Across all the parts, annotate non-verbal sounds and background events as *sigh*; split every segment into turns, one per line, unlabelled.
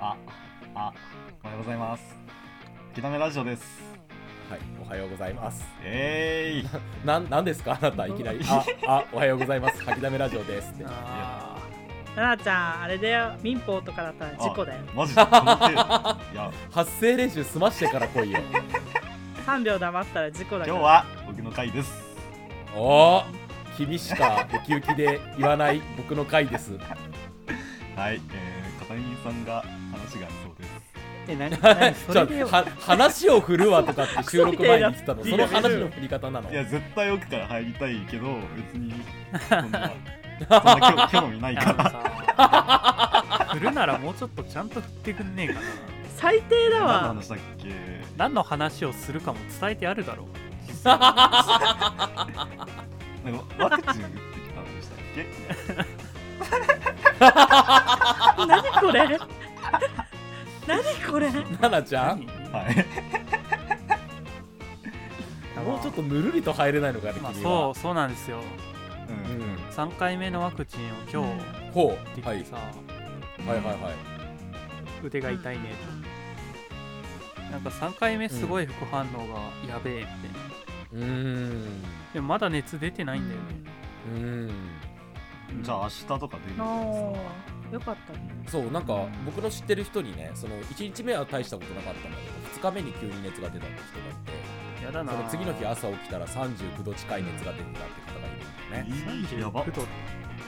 あ、あ、おはようございます。ひだめラジオです。
はい、おはようございます。
えーい。
なん、なんですか、あなた、いきなり。あ、あ、おはようございます。吐きだめラジオですって。
あーななちゃんあれだよ民法とかだったら事故だよ
マ
*laughs*
ジで。いや、
発声練習済ましてから来いよ。
3秒黙ったら事故だ
今日
よ
は僕の回です。
おお、君しかウキウキで言わない僕の回です。
はい、えー、片桐さんが話がありそうです。
え何何そ
*laughs* じゃ
れでよ
あ、は話を振るわとかって収録前に言ってたの、その話の振り方なの
い。や、絶対奥から入りたいけど、別に、そんな、そんな
*laughs*
興興味ない
あの
か
さ *laughs* 振るならもうちょっとちゃんと振ってくんねえかな
最低だ
ら。何の
わ
話だっけ
何の話をするかも伝えてあるだろう
なんか、ワクチン打ってきたんでしたっけ
何これ何これ
ななちゃん、
はい。
もうちょっとぬるりと入れないのかね、
まあ、
君
そ
は。
うそうなんですよ
う。
うんん。
3回目のワクチンを今日
ほ
打って
う。
き
はい
て。さ、
はいはいはい。
腕が痛いねなんか3回目すごい副反応がやべえみたいな
うーん。
でもまだ熱出てないんだよね、
うーん。
うん
じゃあ、明日とか出るんですか
のよかったね
そうなんか僕の知ってる人にねその1日目は大したことなかったんだけど2日目に急に熱が出たって人がいて
やだ
そ
な
の次の日朝起きたら39度近い熱が出てたって方がいるんだよね
えーやば。
39度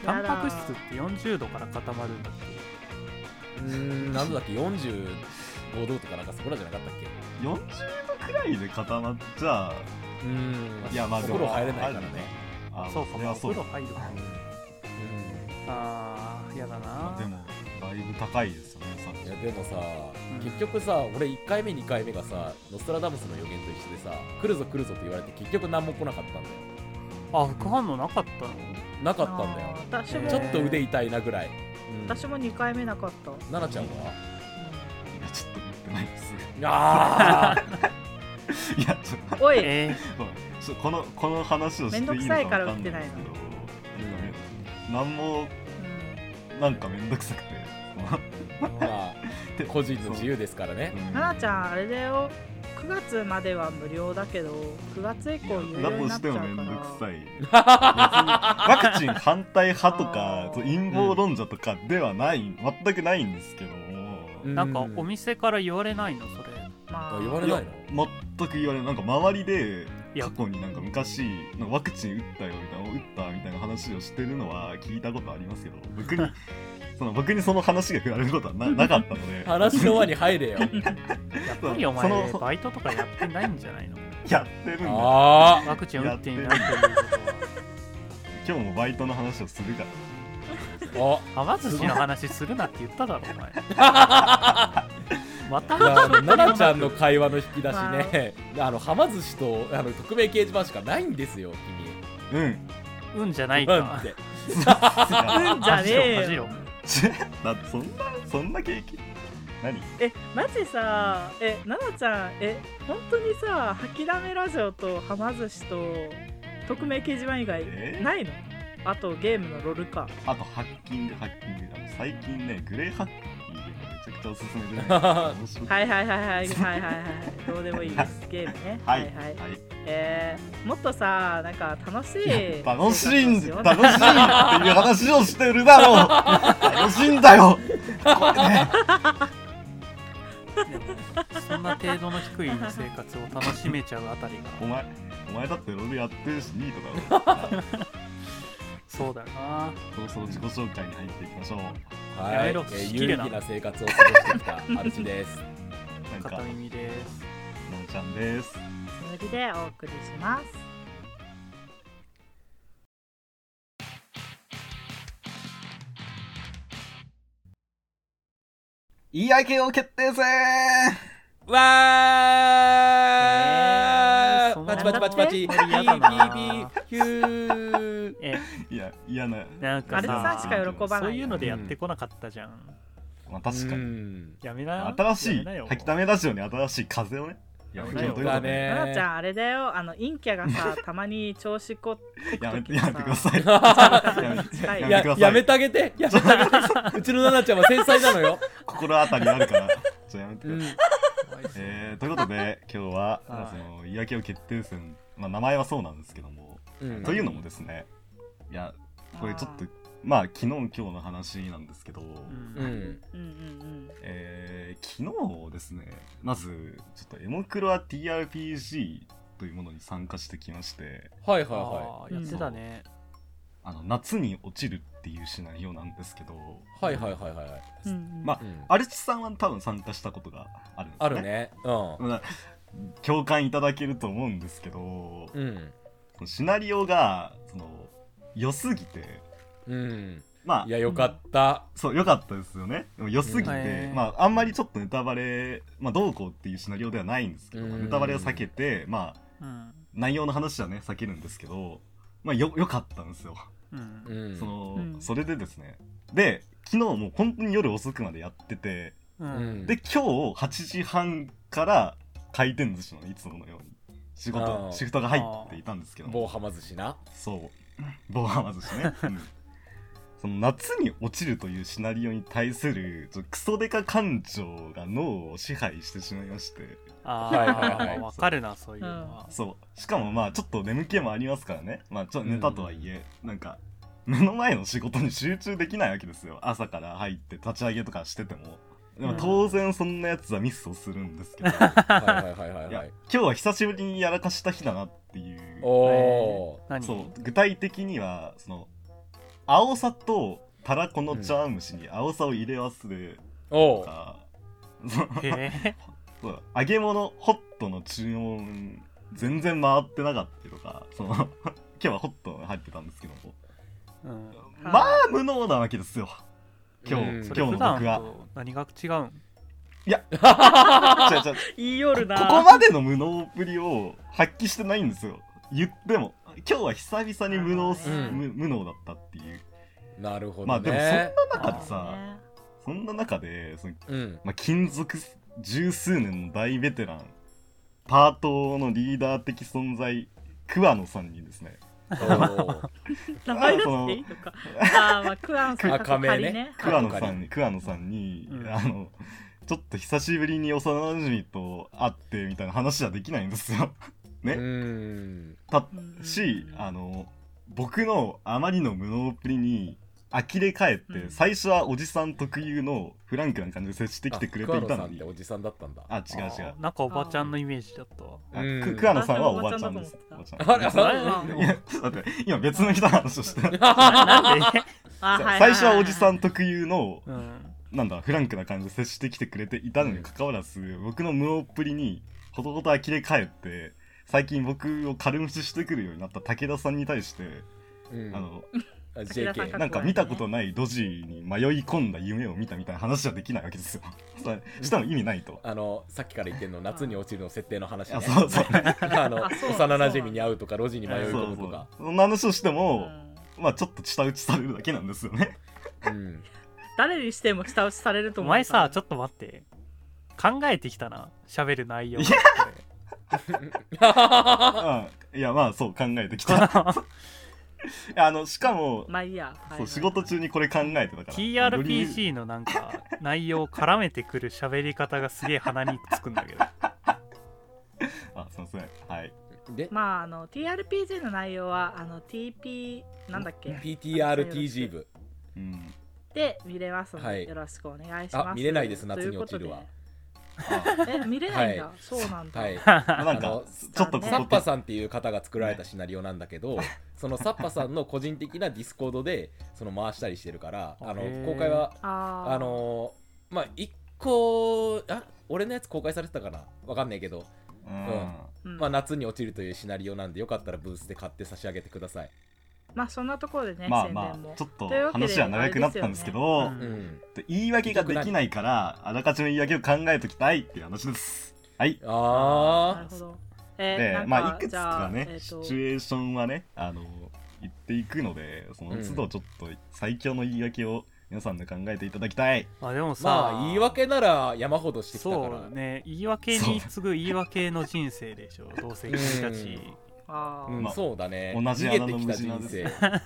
タ
や
ン
だ
パク質って40度から固まるんだって
うーん何度だっけ45度とかなんかそこらじゃなかったっけ
40度くらいで固まっちゃ
うーん
いやまあ
お
でも
風呂入れないからね
あ
そうか
れ
まあ
は
お
そう
風
だ
呂入るかあーやだ
ま
な
あでもだいぶ高いですよねさっ
うん
き
いやでもさ結局さ俺1回目2回目がさノストラダムスの予言と一緒でさ来るぞ来るぞって言われて結局何も来なかったんだよ
あ副反応なかったの
なかったんだよ
だよ私も
ちょっと腕痛いなぐらい、うん、
私も2回目なかったうん
奈々ちゃんはい
やちょっと言ってないです
あ
い
あ
やちょっと
おい
え
ごめんちょっとこのこの話をしていいのか分かんないんですけど
めんど
なんもなんかめんどくさくて
まあ個人の自由ですからね
うん
ななちゃんあれだよ9月までは無料だけど9月以
いや
降有料
だ
に
とし
なっちゃ
て
う
も
か
めんど
ら
くさい別にワクチン反対派とか
あー
そう陰謀論者とかではない全くないんですけども
う
ー、なんかお店から言われないのそれ
ま
あ言われ
い
な
や
いの
全く言われないなんか周りで
いや
過去になんか昔なんかワクチン打ったよみたいな打ったみたいな話をしてるのは聞いたことあります
*laughs*
けど僕にその僕にその話が振られることはななかったの
*laughs*
で
話の輪に入れよ
やっぱりお
そ
前
の
バイトとかやってないんじゃないの
やってるんだ今
あ
ワクチン打っていないということ
日もバイトの話をするから
あお
ははま寿司の話するなって言っただろお前また
あの
ま
奈々ちゃんの会話の引き出しね、あのはま寿司とあの匿名掲示板しかないんですよ、
うん
*laughs* うんじゃな
君。
い
うん
か
って。
うんじゃねえよ
恥じろ恥
だってそんなそんな経験何
えマジさえななちゃんえ本当にさ「吐きだめラジオ」と「はま寿司」と「匿名掲示板」以外
え
ないのあとゲームのロルか
あとハッキングハッキングあの最近ねグレーハッキングがめちゃくちゃおすすめで、ね、
*laughs*
面白い
はいはいはいはいはいはいはいはいどうでもいいですゲームね
はいは
は
い
い、えー、もっとさなんか楽しい
楽しいん
生活をしよう
だ楽しいっていう話をしてるだろう楽しいんだよこれね
ろそんな程度の低い生活を楽しめちゃうあたりが
お前お前だってロールやってるしニートだろ
そうだよな
そろそろ自己紹介に入っていきましょう
はい、
やめろ
えー
仕切
有意
るな
義な生活を過ごしてきたアルチです。
なんか
片
のん
耳です
ちゃんです
つもりでお送りします
言い訳を決定戦
わ
えー
ー
そんな
パチパチパチパチ、
これ嫌だ
ビ
な
ービーヒュー。
え
いや嫌な
なんか
アルチさんしか喜ばない
そういうのでやってこなかったじゃん、
まあ確か
う
に
ん
やめな
新し
やめ
い
なよ
吐きためラジオに新しい風をねやめ
危ない
て
よ
どういうこ
だ
と
ね
奈々ちゃんあれだよあの陰キャがさたまに調子ここく
やめて
時
や
さ
めてくだ
*laughs*
さいやめて
はい
やめ
いや
てください
やめてあ
*laughs*
げてやめてあげてうちの奈々ちゃんは繊細なのよ、
心当たりあるからちょっとやめてください、
*laughs* うん、
怖いっすね
えー、ということで今日は、
は
そ
い
の言い訳を決定戦、まあ、名前はそうなんですけども、
うん
というのもですねいやこれちょっとまあ昨日今日の話なんですけど、
うん
うん
うんうん
えー昨日ですねまずちょっとエモクロア TRPG というものに参加してきまして
はいはいは
あーやってたね。
あの夏に落ちるっていうシナリオなんですけど
いはいはいはいはいはい、
うんうん
まあ
うん
アルチさんは多分参加したことがあるんですね
あるねうん
まあ共感いただけると思うんですけど、
うん
シナリオがその良すぎて
うん
まあ
いやよかった
そう良かったですよねでも良すぎて、
うんはい
まああんまりちょっとネタバレ、まあ、どうこうっていうシナリオではないんですけど、
うん
ネタバレを避けてまあ
うん。
内容の話はね避けるんですけどまあよ良かったんですよ、
う。
うんん
その、
うん
それでですねで昨日もう本当に夜遅くまでやってて
う。
うんん
で今日8時半から回転寿司のいつものように仕
あー
事シフトが入っていたんですけども
棒はま寿司な
そう棒はま寿司ね、うんその夏に落ちるというシナリオに対するちょクソデカ感情が脳を支配してしまいまして
あ
はいはい
あ、
はい
わかるな、そういうのは。
そうしかもまあちょっと眠気もありますからねまあちょっと寝たとはいえ、なんか目の前の仕事に集中できないわけですよ朝から入って立ち上げとかしててもでも当然そんなやつはミスをするん
*laughs*
ですけど、
はいはいはいはい
い
は
や
い
今日は久しぶりにやらかした日だなっていう
おお
何
そう具体的にはその青さとたらこの茶碗蒸しに青さを入れ忘れ
ー
と
おー
か、そう
へ
*laughs*
え。
そう揚げ物ホットの注文全然回ってなかったとかその *laughs* 今日はホットが入ってたんですけども
うん。
はい
まあ無能なわけですよ今日、
うん
今
そ
日の
れ普
僕
段
が
と何が違う
違
ん
う違う
言いよるな
ここまでの無能ぶりを発揮してないんですよ言っても今日は久々に無能す、
うん
無無能だったっていう
なるほ
ま
ど
あでも
ね
そんな中で
そ
さ
う
そ
ね
んな中でその *laughs*
うん
まあ、勤続十数年の大ベテランパートのリーダー的存在桑野さんにですね
おー
名前出していいのかあーまあクアンさん
あ亀ね
仮
ク
桑
ア
野
ノ
さんに桑野さんに、
うん
あのちょっと久しぶりに幼なじみと会ってみたいな話はできないんですよ。
う
ね、
ん
たっ
うん
しあの僕のあまりの無能っぷりに呆れ返って、
うん
最初はおじさん特有のフランクな感じで接してきてくれていた
あ桑野
の
さんっ
に
ておじさんだったんだ
あ違う違う
あーなんかおばちゃんのイメージだったわ。
あ
うん
く桑野さんはおばちゃんです。
あ
おばちゃん
あれ
あ
いや、ちょっと待って、今別の人の話をしてる
なんで
あいいい
最初はおじさん特有の、
うん。
なんだ、フランクな感じで接してきてくれていたのにかかわらず、僕の無能っぷりに、ほとほと呆れ返って、最近僕を軽無視してくるようになった武田さんに対して、
うん
あの、
あ
武田さん
JK
なんか見たことないドジに迷い込んだ夢を見たみたいな話はできないわけですよ。それしても意味ないと。
あのさっきから言ってんの夏に落ちるの設定の話ね
あ、そうそう。
*laughs* あの
あそう
幼なじみに会うとか路地に迷い
そう
込む
そ
と
う
か。
そんな話をして
う
も、
ん
まあちょっと舌打ちされるだけなんですよね。
うん
誰にしても下打ちされると
お
思うから
前さ、ちょっと待って。考えてきたな、喋る内容。
い
*laughs*
うんいやまあそう考えてきたいやあのしかも、
まあいいやはいは
そ
いう
仕事中にこれ考えてたから
TRPG のなんか内容を絡めてくる喋り方がすげえ鼻につくんだけど。
*laughs*
あすいませんはい
で
まああの TRPG の内容はあの TP なんだっけ
PTRTG 部
うん
で見れますので、
はい
よろしくお願いします
あ見れないです夏に落ちるは
あ
ということでえ見れないんだ、そうなんだ、
はい
まあなん
あ
か
の
ちょっとこ
サッ
こ
パさんっていう方が作られたシナリオなんだけど、そのサッパさんの個人的なディスコードでその回したりしてるから、あの
へー
公開は、
あー
あのーまあ、一個、あ俺のやつ公開されてたかなわかんないけど、
うん、
うん
まあ、夏に落ちるというシナリオなんで、よかったらブースで買って差し上げてください。
まあそんなところでね、
まあ
宣
ま
伝も
あちょっと
というわけで
話は長くなったんですけ
あ
ど
れですよね
うん。
で言い訳ができないからあらかじめ言い訳を考えときたいっていう話ですはい
な
あ
るほど。え
で
なんか
まあいくつかね
じゃあ、えっ
シ
と
チュエーションはねあの言っていくのでその都度ちょっと最強の言い訳を皆さんで考えていただきたい
あでもさ、
まあ言い訳なら山ほどしてきたから
そうね言い訳に次ぐ言い訳の人生でしょどうせ君たち
あー、
うん
まあ
そうだね
同じ
逃
穴
げ
の
てきた
虫な
人
んです
生
*laughs* よ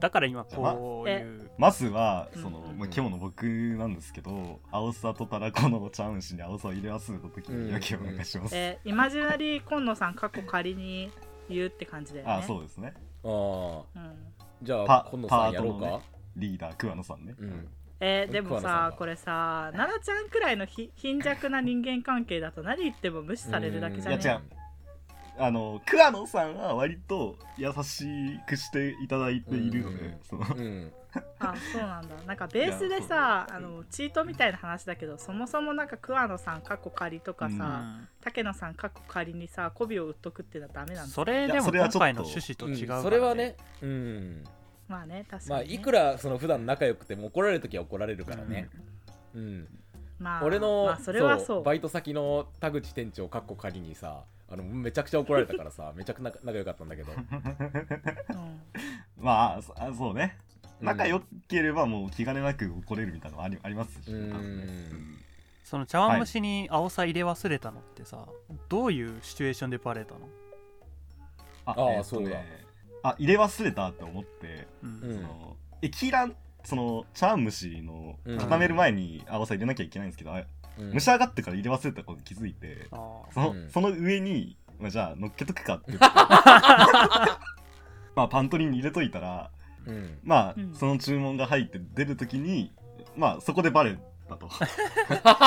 だから今こういう
まずはその、
うん
まあ、今日の僕なんですけど青さとたらこの茶碗蒸しに青さを入れ忘れた時
うん
に焼きをお願いします、
えイマジナリー今野さん過去仮に言うって感じだよね、
あそううですね
ああ
ん、
じゃあ
パ
今野さん
パー
や
ト
ろ
の
う
ね
か
リーダー桑野さんね、
うん
えーでも
桑名さん
さ
が
これさ奈々ちゃんくらいのひ貧弱な人間関係だと何言っても無視されるだけじゃ
いや違
ね
うあの桑野さんは割と優しくしていただいているので、
うん
その
うん
あそうなんだなんかベースでさあのチートみたいな話だけどそもそもなんか桑野さん過去仮とか
う
うん
さ、竹野さん過去仮にさ媚びを売っとくっていうのはダメなんだ
それ
い
で
や
も
それは
今
ちょっと
回の趣旨と
うん
違うから
それはねうん
まあね確
ま
か
あ
に、ね、
いくらその普段仲良くても怒られる時は怒られるからねうん
まあ
俺の、
まあ、それはそう
バイト先の田口店長かっこ仮にさあのめちゃくちゃ怒られたか
*laughs*
らさめちゃくちゃ仲良かったんだけど
うん
まあそあそうね *laughs* 仲良ければもう気兼ねなく怒れるみたいなのはありありますし、
うん
多分ね
その茶碗蒸しに青さ入れ忘れたのってさ、どういうシチュエーションでバレたの、
あ
ああ
えーっと
そうだ
ねあ入れ忘れたって思って、
うん
うん
その液卵その茶碗蒸しの固める前に合わせ入れなきゃいけないんですけど、あれ
うん
蒸し上がってから入れ忘れたことに気づいて
あー
その,、
うん
その上に、まあ、じゃあ乗っけとくかって *laughs* 言ってまあパントリーに入れといたら
うん
まあ、
うん
その注文が入って出るときにまあそこでバレたと
い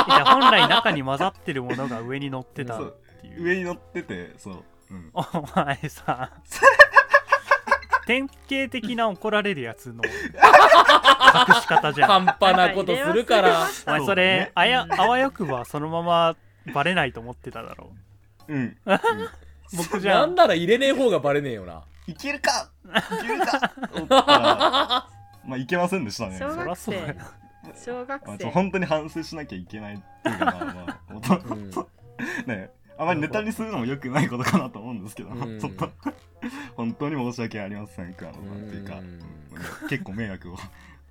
や本来中に混ざってるものが上に乗ってたっていう
上に乗っててそう、うん、
お前
*laughs*
さ典型的な怒られるや
*laughs*
つの隠し方じゃん
半端なことするから
お前それあやあわよくばそのままバレないと思ってただろ
うん、うん
僕じゃ
なんんなら入れねえ方がバレねえよな
いけるかいけるかと思ったらまあいけませんでしたね
小
そら
学
そうだよ
生小学
まあ、ちょ
生
本当に反省しなきゃいけないっていうか、まあまあ、本
うん
当ね、あまりネタにするのも良くないことかなと思うんですけど、
うん
ちょっと、本当に申し訳ありません、桑野さんっていうか、
うん
うん結構迷惑を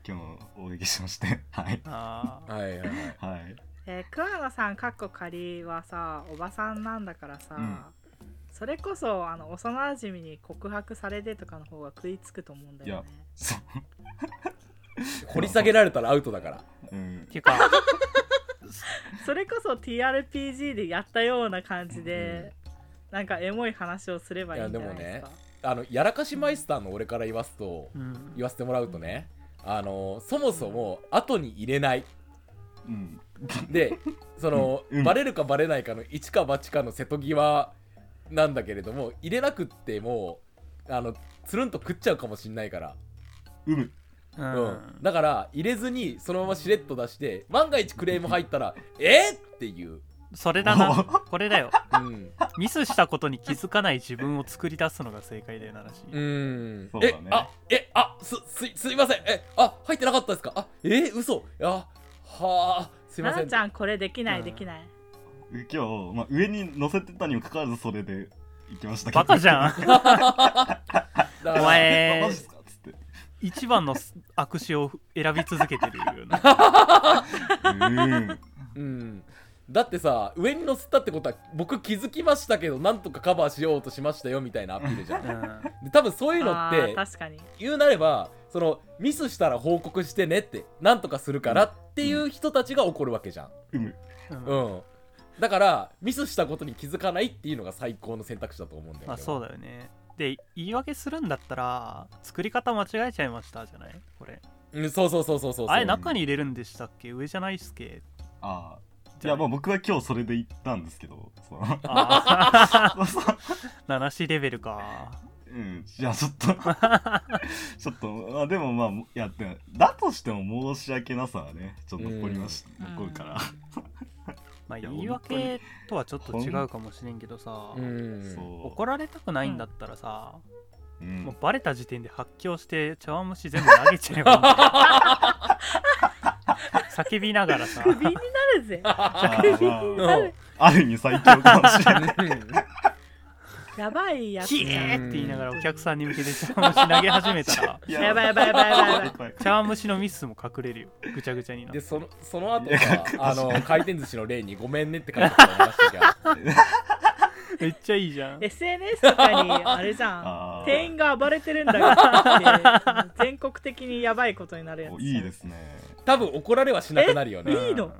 今日もおかけしまして、 *laughs* はい。
あー
はいはいはい
はい、
えー、桑名さんかっこ仮はさおばさんなんだからさ、
うん
それこそあの幼馴染に告白されてとかの方が食いつくと思うんだよね
そう、
掘り下げられたらアウトだから
うん
っ、ていうか
それこそ TRPG でやったような感じで、なんかエモい話をすればいいんじゃないですか
いあのやらかしマイスターの俺から言わすと
うん
言わせてもらうとねあのそもそも後に入れない
うん、
でその、
うん
バレるかバレないかの一か八かの瀬戸際なんだけれども入れなくってもあのつるんと食っちゃうかもしんないから、
うむ、
う
うんんだから入れずにそのまましれっと出して万が一クレーム入ったら「えっ!」っていう、
それだな
お
これだよ
うん、
ミスしたことに気づかない自分を作り出すのが正解だよな話、
うん
そうだ
え
ね
あえあすすいすいませんえあ入ってなかったですかあえ嘘あはあすいま
奈
せ
々
ん
ちゃんこれできない、
うん
できない
*laughs* 今日、まあ、上に乗せてたにもかかわらず、それで行きましたけど、
バカじゃん
だ
お
から
*laughs* え
前
マジっすかっつって、
一番の悪手を選び続けてるよな
うん、
うん、だってさ上に乗せたってことは僕気づきましたけどなんとかカバーしようとしましたよみたいなアピール
*laughs*
じゃん
う
で
ん
多分そういうの
あ
っ
ー
て
確かに
言うなればそのミスしたら報告してねってなんとかするからっていう人たちが怒るわけじゃん
うむ、
うん
うん、だからミスしたことに気づかないっていうのが最高の選択肢だと思うんだよ
まあそう
だ
だよねで言い訳するんだったら作り方間違えちゃいましたじゃないこれ
うんそうそうそうそうそう
あれ中に入れるんでしたっけ上じゃないっすけ
ああ、い
*laughs* じゃ
や、
あ
まあ、僕は今日それで行ったんですけど、そ
*laughs*
の
あ
そうそう
ー 7C レベルか
うん、じゃあちょっと *laughs* ちょっとまあでもまあいやってだとしても申し訳なさはねちょっと残りまし、
うん
残るから、
まあ
いや
言い訳とはちょっと違うかもしれんけどさ
うん
そう
怒られたくないんだったらさ、
うん
もうバレた時点で発狂して茶碗蒸し全部投げちゃえばいいんだよ叫びながらさ
クビになるぜ
あーまあ
うん
ある意味最強かもしれない
うん
やばいやつ
キ
じゃ
エ
ん
ーって言いながらお客さんに向けて茶碗蒸し投げ始めたら
*laughs* やばいやばいやばいやばい
ばい
茶碗蒸しのミスも隠れるよぐちゃぐちゃになっ
*laughs* で
て
そのその後
い
さ
や
あの回転寿司の例に「ごめんね」って書いてありましたけ
*laughs*
ど
めっちゃいいじゃん
SNS とかにあれじゃ
あ
ん
ー
店員が暴れてるんだ
*laughs*
がって全国的にやばいことになるやつ
おいいですね
多分怒られはしなくなるよね
うん
いいの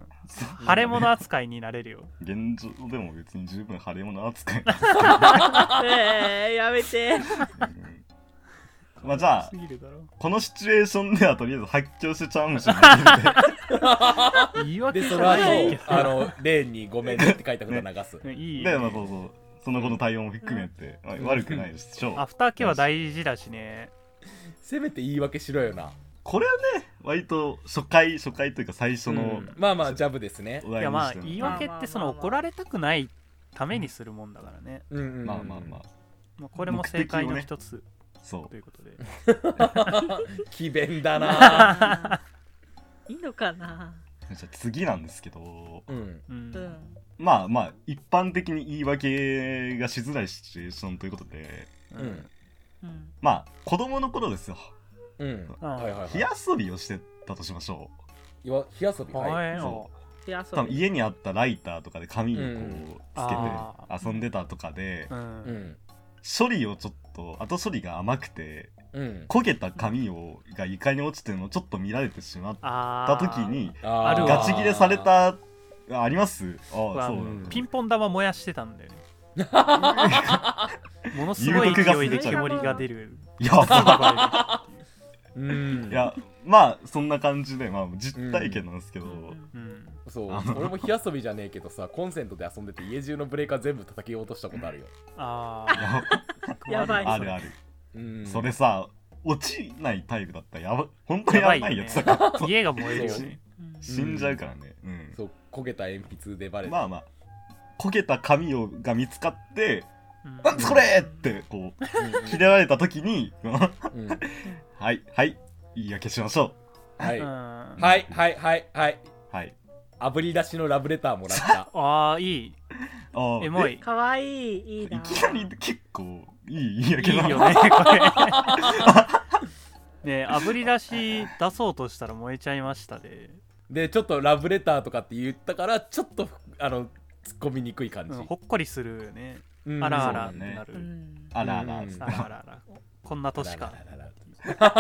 腫れ物扱いになれるよ
現状でも別に十分腫れ物扱い *laughs*
えー、やめて
うんまあじゃあ
すぎるだろ
このシチュエーションではとりあえず発狂してちゃうんしな
言い訳
で
じ
そ
ゃ
の
ない
後
けど
あのレーンに「ごめんね」って書いた札流す、
うんい
*laughs*
い
でま
よ
あそうそうその後の対応も含めて、まあ悪くないでしょう
アフターケは大事だしね
せめて言い訳しろよな
これはね割と初回初回というか最初
う
の
ん
まあまあジャブですね
お
い
題
や
に
ま
し
あ
ても、
言い訳ってその怒られたくないためにするもんだからね、
うんうんうん
まあまあまあ
まあ、これも正解の一つ
そ
と
う
いうことで、
詭弁
*laughs*
だな
*laughs* いいのかな
じゃあ次なんですけど
うん
うん
うん
まあまあ一般的に言い訳がしづらいシチュエーションということで
うん
うん
まあ子供の頃ですよ
うん
あ
はいはいはい
火遊びをしてたとしましょ
いわ火遊びはい
はい
そ
で
う多
遊
分
び
家にあったライターとかで紙にこう
うん
あ
つけて遊んでたとかで
う
うんん
処理をちょっと後処理が甘くて
うん
焦げた紙をが床に落ちてるのをちょっと見られてしまっ
あ
た
ー
時に
あ
ある
ー
わ
ガチ切れされたあありますああ
は
そう
う
なんんだ
ピンポン玉燃やしてたんだよねものすごい
有毒ガ
勢い
ス
で
出ちゃう
煙が出る
い
*laughs*
やそう
うん
いやまあそんな感じで、まあ、実体験なんですけど、
うん
うん
そう
あの
俺も火遊びじゃねえけどさコンセントで遊んでて家中のブレーカー全部叩き落としたことあるよ
あ
いや
あ
やばい
あるある、
うん
それさ落ちないタイプだったらやば本当にやばいやつだから、そう
家が燃えるよね
うん
死んじゃうからね、うん
そう焦げた鉛筆でバレて、
まあまあ焦げた紙をが見つかって
うん
「あそれ!」ってこう
うんうん
切れられた時に *laughs* 「は
うん
いはい言い訳しましょ」
はい、
うん
は
あ
いはいはいはいう
はい
炙り出しのラブレターもらった
あいい
あー
エモいい
かわいいいい
えい
な
きなり結構いい言い
い
訳だ
よねこれ *laughs* ね炙り出し出そうとしたら燃えちゃいましたで、
でちょっとラブレターとかって言ったからちょっとあの突っ込みにくい感
う
じ、
ん、ほっこりするよね
うん
あらあ
そう
ら
だ
って
ね
なる、
うん
あらあら、
うん
あらあらあらこんな年
あ
か
ららら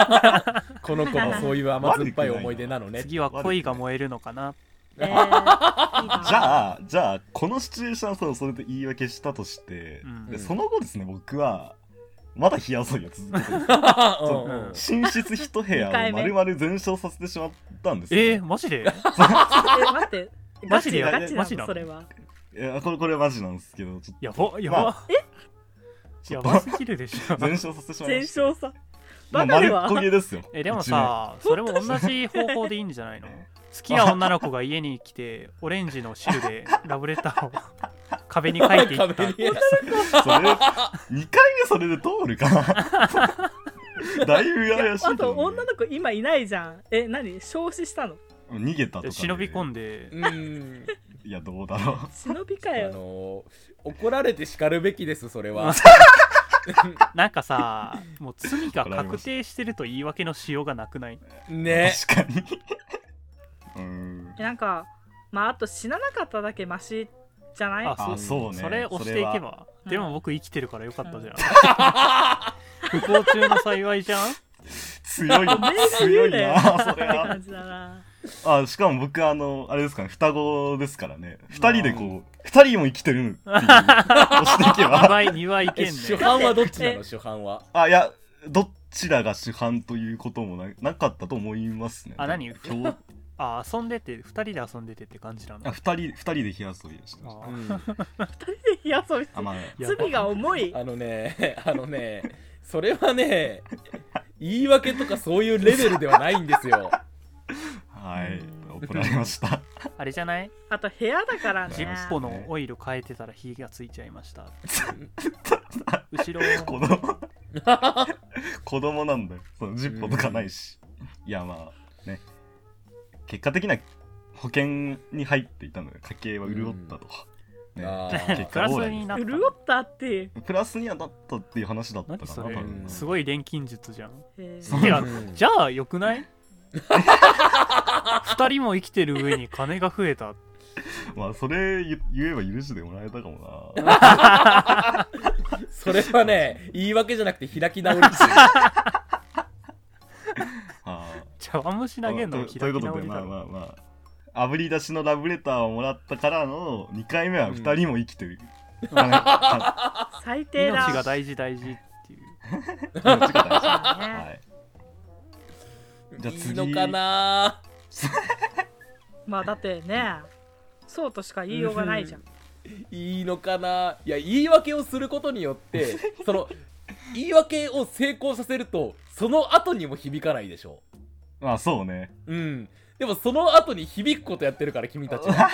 ららこの子のそういう甘酸っぱい思い出なのね
次は恋が燃えるのかな
えーいいな
じゃあじゃあこのシチュエーションはそうそれで言い訳したとして、
うん
でその後ですね僕はまだ火遊びが続けてる
うんうん
うん
寝室一部屋を
二回目
丸々全焼させてしまったんですよ
えー、マジで
え待って
マジでや
ガチ
マ
な
ジな
の
の
それはい
やこれこれマジなんですけどちょ
やばやば、
ま
や
ちょ
ば
っ
すぎるでし
と
ょ
全焼させてしまい
全
ました
勝さ
まあ
バカで
丸っ
は
こげですよ
えでもさそれも同じ方法でいいんじゃないの
ね
好きな女の子が家に来てオレンジの汁でラブレターを *laughs* 壁に書いていったってい
一
う
面それ2回目それで通るかなだいぶ怪しい
あ
けど
と
ね
女の子今いないじゃんえ何焼死したの
逃げたとか、
で忍び込んで
うん
いやどうだろう
忍びか
あ
よ
のー怒られて叱るべきですそれは
*laughs* なんかさもう罪が確定してると言い訳のしようがなくない
ね
確かに *laughs* うーん
えなんかまああと死ななかっただけマシじゃない
あ
あそうね
それ押してい
そ
け
れは
ば
うん
でも僕生きてるからよかっ
*laughs*
たじゃん不幸中の幸いじゃん
強い
おめえが言
強
う
い
なよ
なそ
って
れは
感じだな
あしかも僕あのあれですかね双子ですからね二人でこう二人も生きてるっていう押していけ
2 *laughs*
ば
倍2倍いけ
え
んね
主犯はどっちな
だっ
の主犯は
あいやどちらが主犯ということもななかったと思いますね
あ何
今日
あ遊んでて2人で遊んでてって感じなの
あ
あ
二人二人で火遊びをしてました
ー
*laughs* いやそう
あまあ
やば
罪が重い
あのね *laughs* あのねそれはね言い訳とかそういうレベルではないんですよ
はい怒られました
あれじゃない
あと部屋だからね
ジッポのオイル変えてたら火がついちゃいました
*laughs*
後ろ
子供子供なんだよそのジッポとかないし、いやまあね結果的には保険に入っていたので家計は潤ったと、ね、
あ
*laughs*
結
*laughs* プ
果
ラス
オーライ
になった
潤ったって、
プラスにはなったっていう話だったか
何
な
そ
多
れ
分
すごい錬金術じゃん
え
そ
ー
う
*laughs* いや
うん
じゃあよくない
*laughs*
二人も生きてる上に金が増えた
まあそれ言言えば許してもらえたかも
*laughs*
な
それはね言い訳じゃなくて開き直りですよ
はい
茶碗蒸し投げんの
ま
も
あととい
開
うこ
き
と
直
で
り
ま
だ
あ
ろ
まあまあ炙り出しのラブレターをもらったからの2回目は2人も生きてる、金
*laughs*
か
最低だ
命が大事大事っていう
命が大
*laughs*
事はいじゃあ
いい
次
のかな
まあだってねそうとしか言いようがないじゃん
いいのかないや言い訳をすることによってその言い訳を成功させるとその後にも響かないでしょ
まあそうね
うんでもその後に響くことやってるから君たちは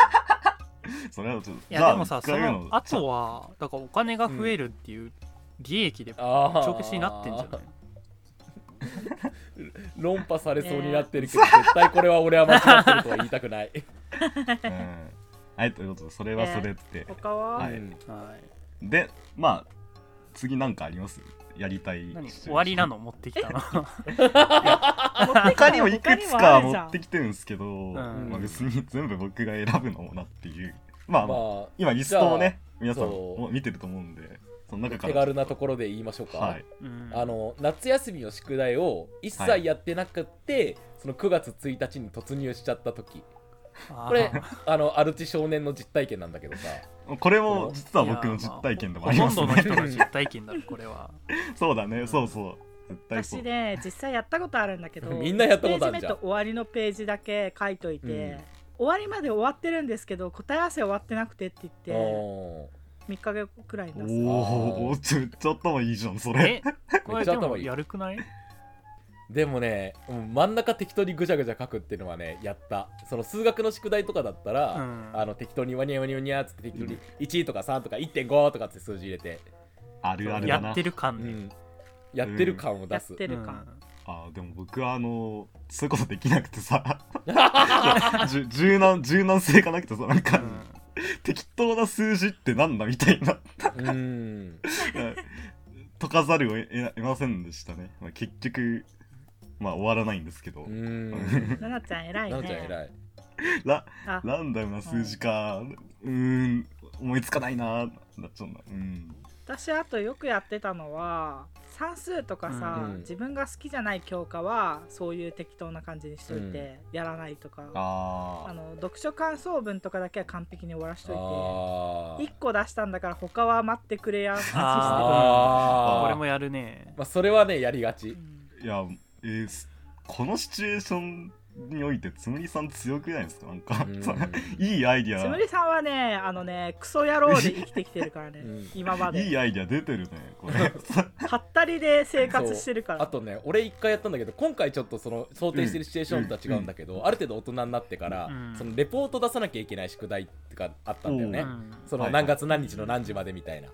それはちょっと
い
じゃ
や
あ
でもさ
一
そ
回目
の後はだからお金が増えるっていう利益で
あー
帳消しになってんじゃない
論破されそうになってるけど、絶対これは俺は間違ってるとは言いたくない、
うんはいということでそれはそれって、
他は、
はい
うん
はい
でまあ次なんかありますやりたい
何終わりな
の
の持ってきたの
他にもいくつか持って
き
きてるんですけど、
ん
まあ、別に全部僕が選ぶのもなっていうまあまあ、
ま
今リストをね皆さん
そう
も見てると思うんでその中
あ
か
手
ら
軽なところで言いましょうか、
はい
うん
あの夏休みの宿題を一
は
切
い
やってなくって、その9月1日に突入しちゃった時
あー
これあのアルチ少年の実体験なんだけどさ
これも実は僕の実体験でもあります
ほとん
ね
どの人の実体験だろこれは
そうだねそうそう絶対そう
私ね実際やったことあるんだけど
みんなやったことあるじゃん
1ページ目と終わりのページだけ書いといて、
うん
終わりまで終わってるんですけど答え合わせ終わってなくてって言って
お
3日後くらいに
お
出す
ーおーちょちょっともいいじゃんそれ
えこれでもやるくない
ーでもねうん真ん中適当にぐちゃぐちゃ書くっていうのはねやったその数学の宿題とかだったら、
うん
あの適当にワニャワニャワニャっつって適当に1とか3とか1.5とかって数字入れて、
あるあるだ
やっ
な
てる感
う
ね
ん、やってる感を出す、
やってるか
あーでも僕はあのそういうことできなくて
*laughs*
さじゅ柔軟柔軟性がなくてさなん
う
か、
ん
適当な数字ってなんだみたいな *laughs*
うん
解かざるを得得ませんでしたね、まあ、結局まあ終わらないんですけど、
うん *laughs*
ななちゃん偉い
な
ね
おちゃん偉い
ラ
あ
ランダムな数字か、うーん思いつかないなーなっちゃうんだうん
私あとよくやってたのは算数とかさ、
うん
自分が好きじゃない教科はそういう適当な感じにしといて、やらないとか
あ
あ
ー
の読書感想文とかだけは完璧に終わらしといて
あー
1個出したんだから他は待ってくれや
あー
これもやるね
まあ、それはねやりがち
うん
いや、えーすこのシチュエーションにおいてつむりさん強くないですかなんか、
うん
いいアイディ
つむ
ア
りさんはねあのねクソ野郎で生きてきてるか
*laughs*
らね、
うん
今ま
い
で
いアイディア出てるねこれ
はったりで生活してるから
あとね俺一回やったんだけど今回ちょっとその想定してるシチュエーションとは違うんだけど、ある程度大人になってから、
うん
そのレポート出さなきゃいけない宿題があったんだよね、
お
うん
そ
は
の
いはい
何月何日の何時までみたいな、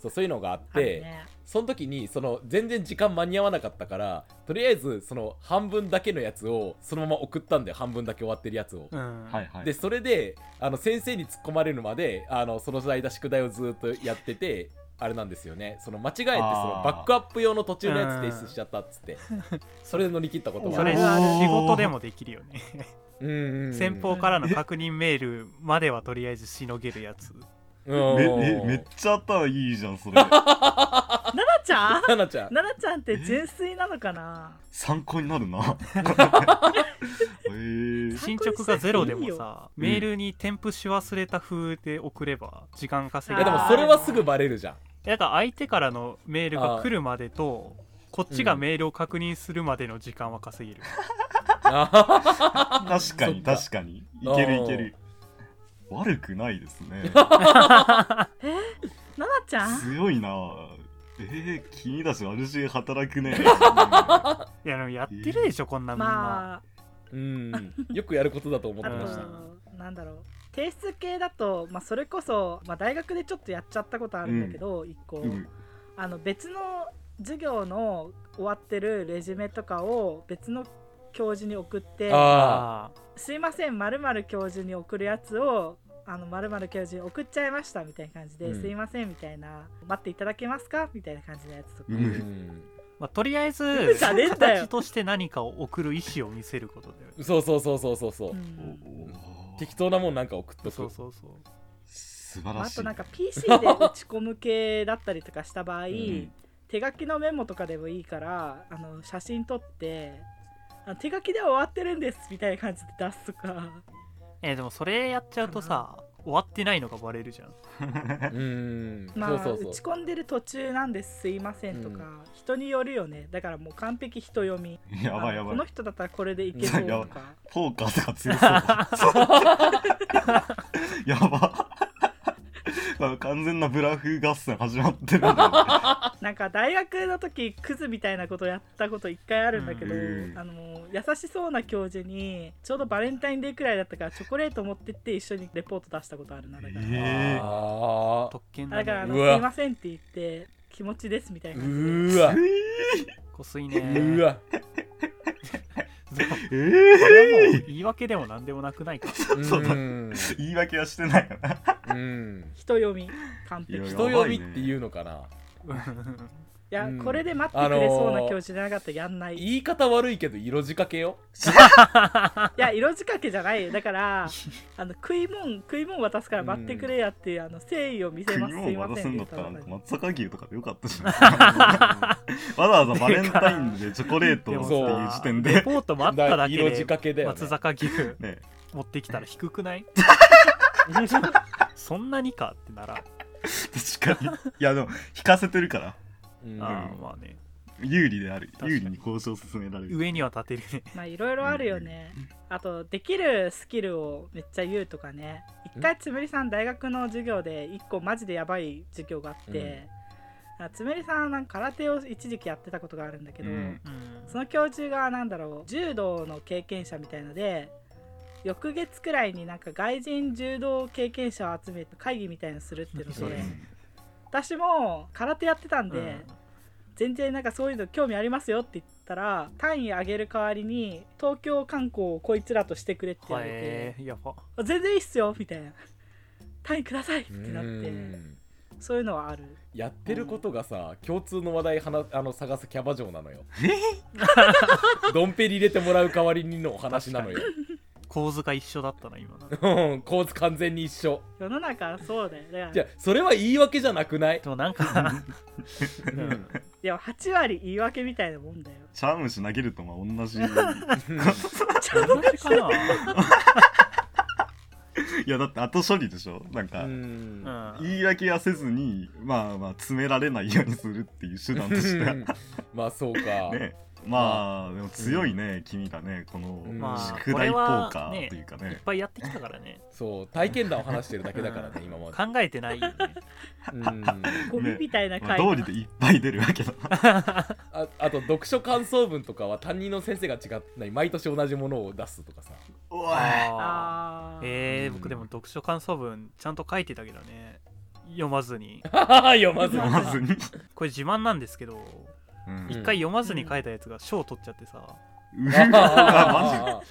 そうそういうのがあっ
ある
て、
ね
その時にその全然時間間に合わなかったからとりあえずその半分だけのやつをそのまま送ったんだよ半分だけ終わってるやつを。
うん
はいはい
でそれであの先生に突っ込まれるまであのその間宿題をずっとやっててあれなんですよねその間違えてその
あー
バックアップ用の途中のやつ提出しちゃったっつってそれで乗り切ったことは
それ
お
仕
ー
事でもできるよね
うんうんうん
先方からの確認メールまではとりあえずしのげるやつ
うん
めえめっちゃ頭いいじゃんそ
*laughs*
れ
ななちゃん
ななちゃん
ななちゃんって純粋なのかな
参考になる
*laughs*
なえー
進捗がゼロで
いい
も
よ
さ
うん
メールに添付し忘れた風で送れば時間稼
い
げ
や
る
でもそれはすぐバレるじゃん
だから相手からのメールが来るまでとこっちがメールを確認するまでの時間は稼げる、
あ
確か
そ
に
っか
確かにいける
おー
いける悪くないですね
ななちゃん
強いなぁえー、君たち悪しげ働く
*laughs*
ね
いやでもやってるでしょこんなみんな、
まあ
ーうんよくやることだと思っ
あ
て
と
まし
う
た
なんだろう提出系だと、まあ、それこそ、まあ、大学でちょっとやっちゃったことあるんだけど、一個、
うん
あの別の授業の終わってるレジュメとかを別の教授に送って
あ
あ
すいませんまる教授に送るやつをあの〇〇教授送っちゃいましたみたいな感じで、
うん
すいませんみたいな待っていただけますかみたいな感じのやつとか、
う
うんん
まあ、とりあえず
嘘じゃねえんだよ
形として何かを送る意思を見せることだよね
そうそうそうそうそうそう、
うん
適当なもんなんか送っとく
そうそうそう
素晴
まあ、
ら
あ
し
と
い
なんか PC
*laughs*
で打ち込む系だったりとかした場合、
ん
手書きのメモとかでもいいからあの写真撮ってあの手書きでは終わってるんですみたいな感じで出すと
*laughs*
か
えーでもそれやっちゃうとさ終わってないのがバレるじゃん
うん
まあ
そうそう
打ち
そう
込んでる途中なんですすいませんとか、
う
人によるよねだからもう完璧人読み
やばい
あ
や
の
ば
こ
い
の人だったらこれでいけそう
*laughs* や
と
ばい
か
ポーカーとか強そう
*laughs*
やばあの完全なブラフ合戦始まってるんだよね
なんか大学の時クズみたいなことやったこと一回あるんだけど、
うん
あの優しそうな教授にちょうどバレンタインデーくらいだったからチョコレート持ってって一緒にレポート出したことあるなだから、
えー
*laughs*
あー
特権だ
だからあ
ね
の
うわ
すいませんって言って気持ちですみたいうな感じで
ーわ
こすいね
*laughs* うわ
*laughs* そうこ
え
れはも
え
う言い訳でも何でもなくないか
*laughs* そうだ
うん
言い訳はしてないよな
うん
人読み完璧
いやい
人
や
読みっていうのかな、
うん
いや、
うん
これで待ってくれそう
あ
な
のー
教授じゃなかったらやんない、い
言い方悪いけど色仕掛けよ
や色仕掛けじゃないよだからあの食いもん食いもん渡すから待ってくれやっていう、あの誠意を見せますす
国
い
を
ま
渡
せ
す
んっ
ん
て
だっ
言ったた
ら
の
なんか
に
松阪牛とかでよかったし
*laughs*
なわざわざバレンタインでチョコレートをっていう時点
レ
で
ポートもあっただけ
色仕掛
で
けだよ、ね、
松坂牛
ね
持ってきたら低くないそんなにかってならん
確かにいやでも引かせてるから
うん
あーまあね
有利である
かに
有利に交渉を進められる
上には立てるね
まあいろいろあるよね、あとできるスキルをめっちゃ言うとかね一回つむりさん大学の授業で一個マジでやばい授業があって、あつむりさんなんか空手を一時期やってたことがあるんだけど、
うん
うん
その教授がなんだろう柔道の経験者みたいので翌月くらいになんか外人柔道経験者を集めて会議みたいのするっていう
そ
の
れ
で
うん
私も空手やってたんで、
うん
全然なんかそういうの興味ありますよって言ったら単位上げる代わりに東京観光をこいつらとしてくれって言われて、
へえやば
あ全然いいっすよみたいな単位くださいって
うん
なってそういうのはある
やってることがさ共通の話題はなあの探すキャバ嬢なのよ *laughs* ドンペリ入れてもらう代わりにのお話なのよ
構図が一緒だったな今の
うん構図完全に一緒
世の中はそうだよだから
じゃそれは言い訳じゃなくない
でもなんかうん
いや8割言い訳みたいなもんだよ
茶碗蒸し投げるとまあ同じい
ちょっと
同じかな
やだって後処理でしょなんか、
うん
*laughs* うん
言 *laughs* い訳はせずにまあまあ詰められないようにするっていう手段としてね
まあそうか、
まあでも強いね、君がねこの
うん
まあ
宿
これ
題ポー
は
カー
ね
というか
いっ
ね
ぱいやってきたからね
そう体験談を話してるだけだからね
うん
今ま
*laughs*
で、
考えてないよね
うん、
ゴミみたいな
まあ
回
道理でいっぱい出るわけだな
ああと読書感想文とかは担任の先生が違った毎年同じものを出すとかさ *laughs*
おい
あ
あ
ー
ー
え
う
ー
ん
僕でも読書感想文ちゃんと書いてたけどね読ま
*laughs*
ずに
読まずに
飲まずに、
これ自慢なんですけど
うん
う
一
ん
回読まずに書いたやつが賞取っちゃってさ
うわマ
あー
ジ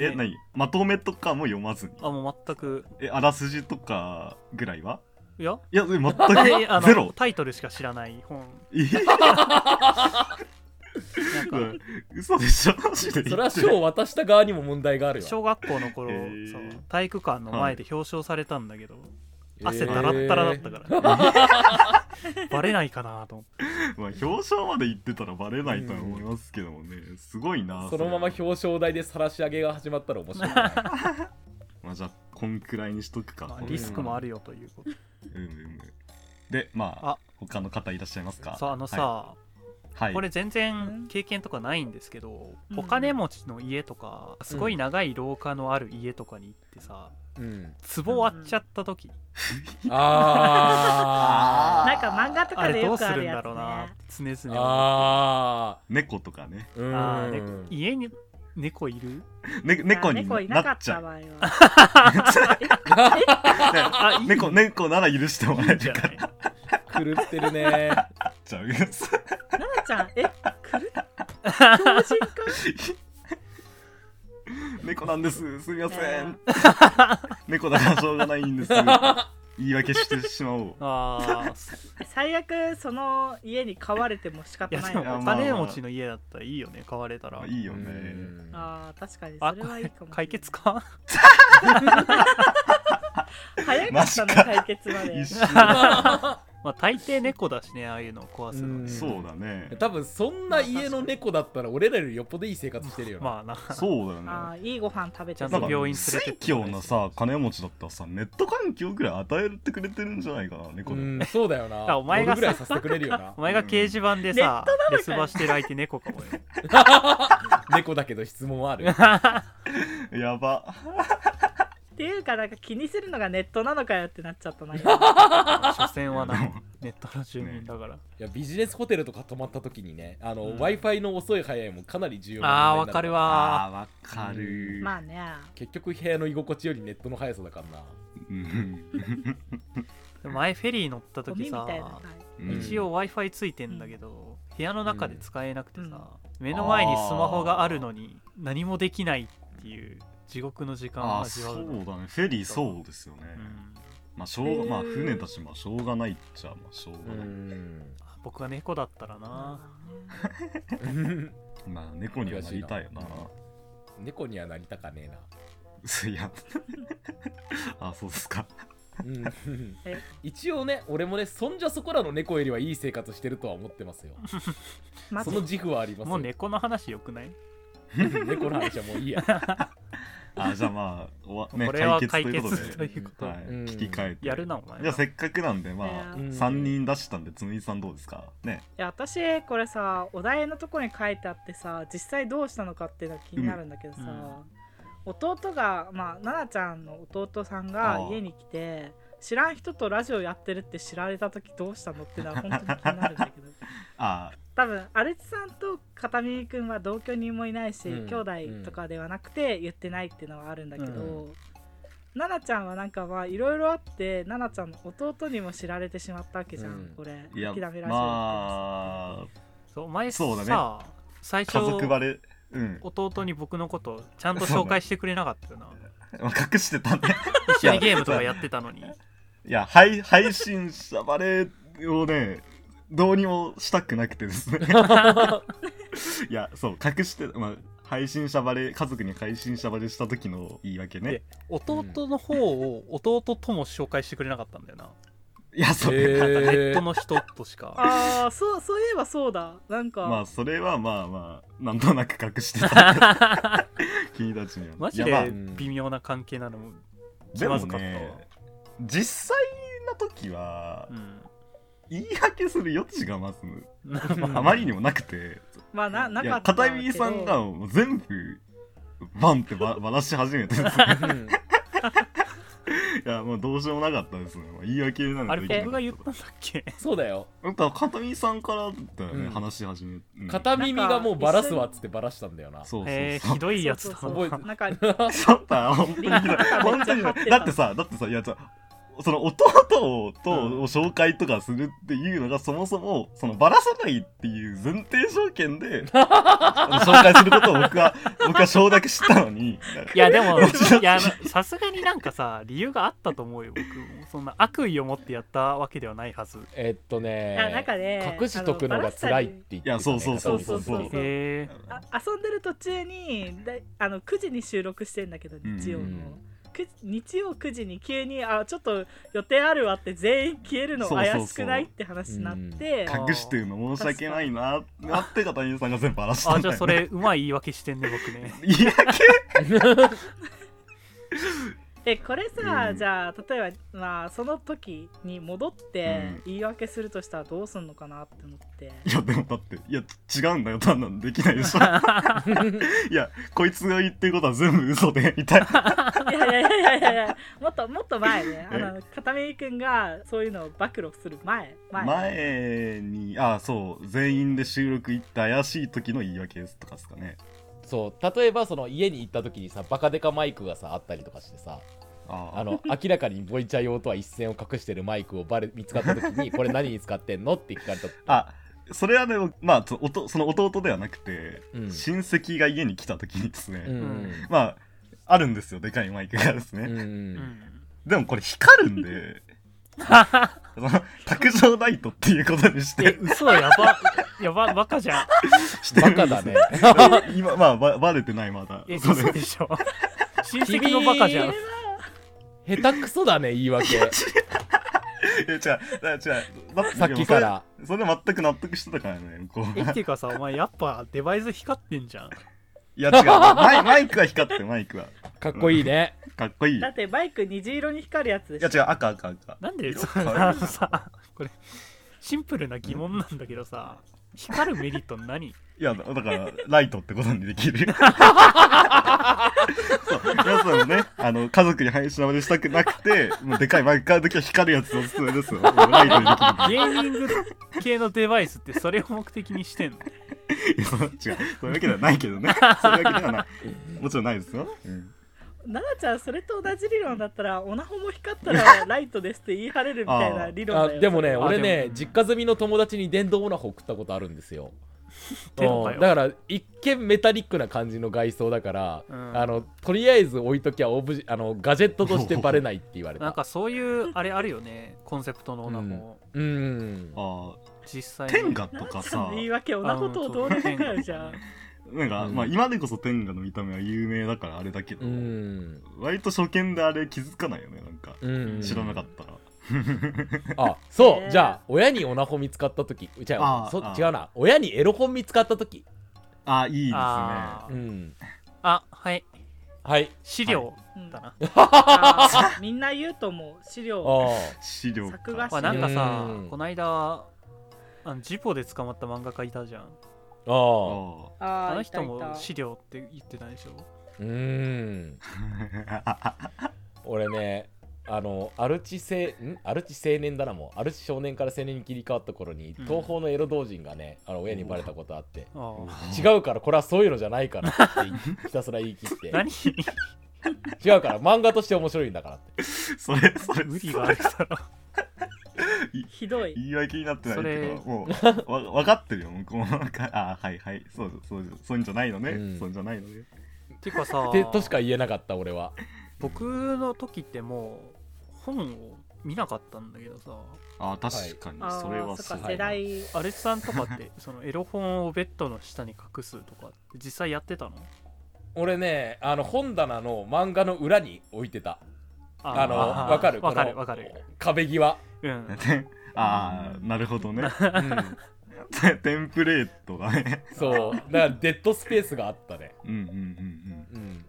え何まとめとかも読まずに
あもう全く
えあらすじとかぐらいはい *laughs*
や
いや全く
であ
ゼ
の
ロ
タイトルしか知らない本
え *laughs*
なんか
嘘でしょマジで
それは賞を渡した側にも問題があるよ
小学校の頃
へー
そう体育館の前で表彰されたんだけど、汗
えー
だらったらだったから、
*laughs*
*laughs* バレないかなと思って
まあ表彰まで行ってたらバレないとは思いますけどもね、すごいな
そのまま
れ
表彰台で晒し上げが始まったら面白いな
まあじゃあこんくらいにしとくか、
まあ
うん
リスクもあるよということ、
うんうんうんでまあ
あ
他の方いらっしゃいますか
そうあのさ、
ははい、
これ全然
ん
経験とかないんですけど、
うん
お金持ちの家とかすごい長い廊下のある家とかに行ってさ
うん
壺割っちゃった時、
あー
なんか漫画と
あ
かで
れど
よ
う
く
す
あ
る
る
んだ
やつ
ろうな
ね
常々 *laughs* 思う
あ
猫とかね
ーう
あーで
ん
家に猫い
*laughs*
る
ね猫
あ
に
猫いなか
なっ
っ
ちゃ
た
う
場合は
あいい
猫猫なら許してもらえ
じ
る
ゃ
から
ない
狂ってる
*laughs*
ね
*laughs* ちゃう
奈々ちゃんえ狂狂人か
猫なんですすみませ
え
ん
*laughs*
猫だからしょうがないんです言い訳してしまおう
ああ
最悪その家に飼われても仕
い
方
や
ない
で
の
や
もお
か
まあ
金持ちの家だったらいいよね買われたら
まあいいよ
う
ね
ん
あー確かに
あ
それ
こ
はいい
れ
かも
解決か *laughs*
早かった
マジ
な
か
解決まで
一瞬
まあ大抵猫だしねああいうのを壊すの
うん
そうだね
*laughs* 多分そんな家の猫だったら俺らよりよっぽどいい生活してるよな、
まあな *laughs*
そうだよね
あーいいご飯食べて
ちゃん
な
と
んか
病院連れてっ
水
て
教のさ金持ちだったらさネット環境ぐらい与えてくれてるんじゃないかな
う
猫で
ん、そうだよな
あお前が
俺ぐらいさせてくれるよな
お前が掲示板でさ、レスバしてる相手猫かもよ
猫だけど質問ある
やば
っていうかなんか気にするのがネットなのかよってなっちゃったな
*laughs* 所詮はな
でも
ネットの住民だから、
いやビジネスホテルとか泊まった時にねあの、
うん
w i f i の遅い早いもかなり重要な問題にな
ああわかるわ
あーわかる
まあね
結局部屋の居心地よりネットの速さだからな
うん
でも前フェリー乗った
ゴ
時
ミみ
さ
たいな
うん
一応 w i f i ついてんだけど、部屋の中で使えなくてさ、目
あ
の
ー
前にスマホがあるのに何もできないっていう地獄の時間を
あー
味わ
そうう
の
だねフェリーそうですよね、
うん
まあしょうが、まあ
へー
船だしまあしょうがないっちゃまあしょう
う
がない、
ん
僕は猫だったらな
まあ猫にはなりたいよな
*laughs* 猫にはなりたかねえな
い *laughs* やあそうですか
うん *laughs*
え
一応ね俺もねそんじゃそこらの猫よりはいい生活してるとは思ってますよ
ま
そ
ず
の自負はあります
もう
よ
猫の話よくない
*laughs* 猫の話はもういいや
あじゃあまあおわ、ね、
これは
解決ということ
解決
で
ということ
はい、
うん
聞き換えて
やるなお前
じゃあせっかくなんでまあ、
うん
3人出したんでつむぎさんどうですかね
いや私これさお題のとこに書いてあってさ実際どうしたのかっていうのが気になるんだけどさ、弟がまあ奈々ちゃんの弟さん
あ
が
あ
家に来て知らん人とラジオやってるって知られた時どうしたのっていうのは本当に気になるんだけど
あ
多分アルチさんと片見くんは同居人もいないし、
うん
兄弟とかではなくて言ってないっていうのはあるんだけど、
うん
奈々ちゃんはなんかまあいろいろあって奈々ちゃんの弟にも知られてしまったわけじゃん、
うん
これ
いや
諦めラジオやってます
まあ
そうお前
そうだね
さ、最初
家族バレうん、
弟に僕のことちゃんと紹介してくれなかったよな
まあ、隠してたね *laughs*
一緒にゲームとかやってたのに
いや配配信者バレをねどうにもしたくなくて
*laughs*
ですねいやそう隠して、まあ、配信者バレ家族に配信者バレした時の言い訳ね
弟の方を弟とも紹介してくれなかったんだよな、
いやそれ、
なんかネ
え
ットの人としか
ああそうそういえばそうだなんか、
まあそれはまあまあなんとなく隠してた君たちには
*laughs* マジ
いやまあ
で微妙な関係なのも気
で
ま
も
ずかったわ、
ね実際の時は
うん
言い訳する余地がまず、
うん
あまりにもなくて、
まあな、ないか
や
ったけど。
片見さんがもう全部バンってば *laughs* ばらし始めて
*laughs*
ですね
うん
いやもうどうしようもなかったですねもう言い訳なん
あ
て
れ
できなか
僕
っ
が言ったんだっけ
そうだよ
ただから片見さんからだよね、
うん
話し始め、うん、
片耳がもうバラすわっつってバラしたんだよな
そうそうそう、
えー、ひどいやつだ
そう
覚え
そう
て
そうなんか、
ちょっと本当に
*laughs*
ひどい本当にひどいだってさだってさいやちょその弟をと
うん
を紹介とかするっていうのがそもそもそのバラさないっていう前提条件
*laughs*
であの紹介することを僕は僕は承諾したのに
いやでも *laughs*
もちろん
いやあのさすがになんかさ理由があったと思うよ僕もそんな悪意を持ってやったわけではないはず
*laughs* えっとね
いやなんかね
隠しとくのが辛いって言って
い
たね
やそうそうそう
そうそ
片
う
耳さん
へえ
あ遊んでる途中に、だいあの、9時に収録してんだけど、日曜の。
うん
く日曜9時に急にあちょっと予定あるわって全員消えるの
そうそうそう
怪しくないって話になって
うん
隠してるの申し訳ないななって片見さんが全部バラした
あ
んだ
じ
よ、
ゃあ
ね、
それうまい言い訳してんね僕ね
言い訳
えこれさ、
うん
じゃあ例えば、まあ、その時に戻って
うん
言い訳するとしたらどうすんのかなって思って、
いやでもだっていや違うんだよ単なんできないで
*laughs*
しょいやこいつが言ってることは全部嘘でみたいない
やいやいやいやいやもっともっと前ねあの片目くんがそういうのを暴露する前前
前にあそう全員で収録行って怪しい時の言い訳ですとかですかね
そう例えばその家に行った時にさバカデカマイクがさあったりとかしてさ
あ
あの明らかにボイチャ用とは一線を隠してるマイクをバレ見つかった時にこれ何に使ってんのって聞かれた
あそれはねまあそおとその弟ではなくて、
うん
親戚が家に来た時にですね、
うん
ん
まああるんですよでかいマイクがですね、
うんん
でもこれ光るん
*laughs*
でその卓上ライトっていうことにし
え
て
嘘やばやばバカじゃん
してる
バ
んで
カ
す
だね
今まあばバレてないまだ
え
それ
嘘でし *laughs* ょ親戚のバカじゃん
*laughs* 下手くそだね言い訳
え違う違うだて
さっきから
それそれ全く納得してたからね向こう
え
が
っていうかさお前やっぱデバイス光ってんじゃん
いや違うマイマイクは光ってるマイクは
かっこいいね
かっこいいい
だってバイク虹色に光るやつでし
や
ょ
違う赤赤赤
なんで
色
そ
変
う
わる
あのさこれシンプルな疑問なんだけどさ光るメリット何
いやだだからライトってことにできるそう皆さんもねあの家族に配信までしたくなくてもうでかいマイク買う時は光るやつおすすめですよもうライトにできる
ゲーミング系のデバイスってそれを目的にしてんの
いや違うそういうわけではないけどねそういうわけではないもちろんないですよ、うん
奈々ちゃんそれと同じ理論だっ
*laughs*
たらオナホも光ったらライトですって言い張れるみたいな理論
あ
だよ
でもね
あ
俺
で
ね
も
実家住みの友達に電動オナホ送ったことあるんですよ
出ろか
う
よ
んだから一見メタリックな感じの外装だから、
うん
あのとりあえず置いときゃオブジあのガジェットとしてバレないって言われ
なん
た
かそういうあれあるよねコンセプトの女も、
うん
あ
実際
ー
に
天下とか
奈々ちゃん
さ
の言い訳オナホと同
あの
類
そう
だからじゃん
なんか、
うん
まあ今でこそ天下の見た目は有名だからあれだけど、
うん
割と初見であれ気づかないよねなんか、
うん
知らなかったら
あそう、
ねえ
じゃあ親にオナホ見つかった時違う
あー
そ
あー
違うな親にエロ本見つかった時
あいいですね
あー
うん
あはい
はい
資料
うん
だな、
あーみんな言うと思う資
あ
料
ー
資料
作画
か
集
まあ、なんかさ
うん
こないだあのジポで捕まった漫画家いたじゃん
あー
あ
あ
あ
の
ー
人
いたい
も
た
資料って言ってたでしょ
うん
ー
俺ねあのアルチ青んアルチ青年だなもうアルチ少年から青年に切り替わった頃に、
うん
東方のエロ同人がねあの親にバレたことあって
ああ
*laughs*
違うからこれはそういうのじゃないからって言いひたすら言い切って
何 *laughs*
違うから漫画として面白いんだからって
それそれ
無理があるだ
*laughs*
ろ
ひどい
言い訳になってないけど
そ
もうわ分かってるよ向こうもなんかあはいはいそうそうそういうんじゃないのね、
うん
そういうんじゃないのね
てかさ
ってとしか言えなかった俺は
僕の時ってもう本を見なかったんだけどさ
あ確かに
あー
それは
そ
そう
っ
だ
か世代
アレスさんとかって
*laughs*
そのエロ本をベッドの下に隠すとかって実際やってたの
俺ねあの本棚の漫画の裏に置いてたあの
あー
わかる
わか
こ
る
の
わかる
壁際、
うん
*laughs* ああなるほど *laughs* ね
うん、
テテンプレートがね *laughs*
そうだからデッドスペースがあったね
うんうんうん
うん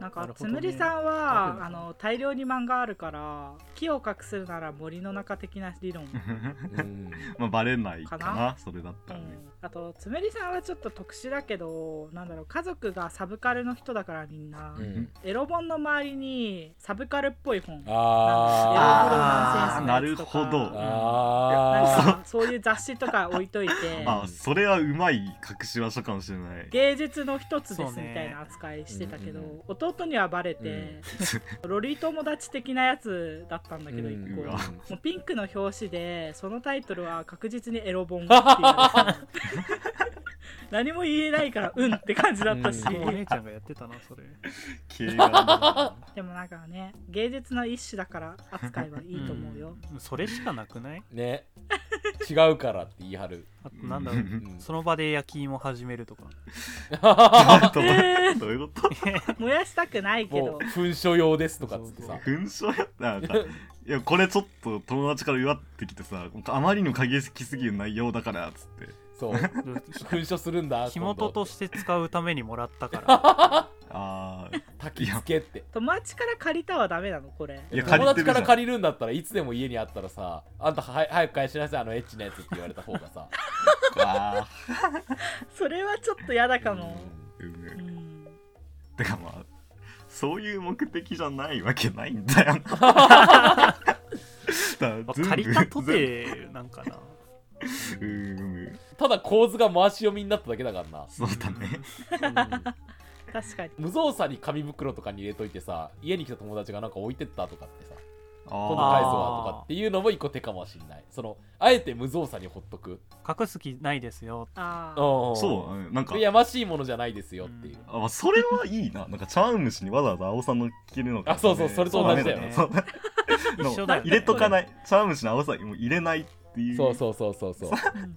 なん
な
か
るほ
つ
どね
むりさん
書く
は
のか
あの大量に漫画あるから木を隠すなら森の中的な理論、
うん *laughs*
うん
まあバレないかな
か
それだっ
う
たらね、
ん、あとつむりさんはちょっと特殊だけどなんだろう家族がサブカルの人だからみんな、
うん
エロ本の周りにサブカルっぽい本
あ
あー
ー
エロ本のセンスのやつとか
なるほど
あ
なん
ー
かそういう雑誌とか置いといて
あそれはうまい隠し場所かもしれない
芸術の一つで
そう
す
ね
みたいな扱いしてたけど、
うんうん
弟にはバレて、ロリ友達的なやつだったんだけど
うん
一個、
う
も
わ
うピンクの表紙でそのタイトルは確実にエロ本っていう
*laughs*
やつ何も言えないからうんって感じだったし、
うん
お姉ちゃんがやってたなそれ
系があ
*laughs*
るな
でもなんかね芸術の一種だから扱いはいいと思うよ、
んそれしかなくない
ね違うからって言い張る、
あとなんだろう
う
その場で焼き芋始めるとか
どう
え
どういうこと *laughs*
燃やしたくないけ
も
ど
う噴書用ですとかっつってさ
噴書やったなんかいやこれちょっと友達から祝ってきてさあまりにも過激すぎる内容だからっつって
*laughs* そう噴書するんだ
火元
今度
として使うためにもらったから
ああ
焚きつけって
友達から借りたはダメなのこれ
いや借り
友
て
達
るじ
か
ゃ
ら
ん
借りるんだったらいつでも家にあったらさあんたは早く返しなさいあのエッチなやつって言われた方がさ
あ
それはちょっと嫌 *laughs* だかも、
ーうん
うん
てかまあそういう目的じゃないわけないんだよなだから
まあ
全部
借りたとてなんかな
全部うん
ただ構図が回し読みになっただけだからな
そうだね
確かに
無造作に紙袋とかに入れといてさ家に来た友達がなんか置いてったとかってさ今度
あー
返すわとかっていうのも一個手かもしんないそのあえて無造作にほっとく
隠す気ないですよ
ああ
うん
そううんなんか
やましいものじゃないですよっていう、
あまあそれはいいななんか茶碗蒸しにわざわざ青さんの着るのか
あそうそうそれと同じだよ
ね
そうダメだ
一
ね
緒
そう
だよね
入れとかない茶碗蒸しの青さもう入れないっていう
そうそうそうそうそう
うんうん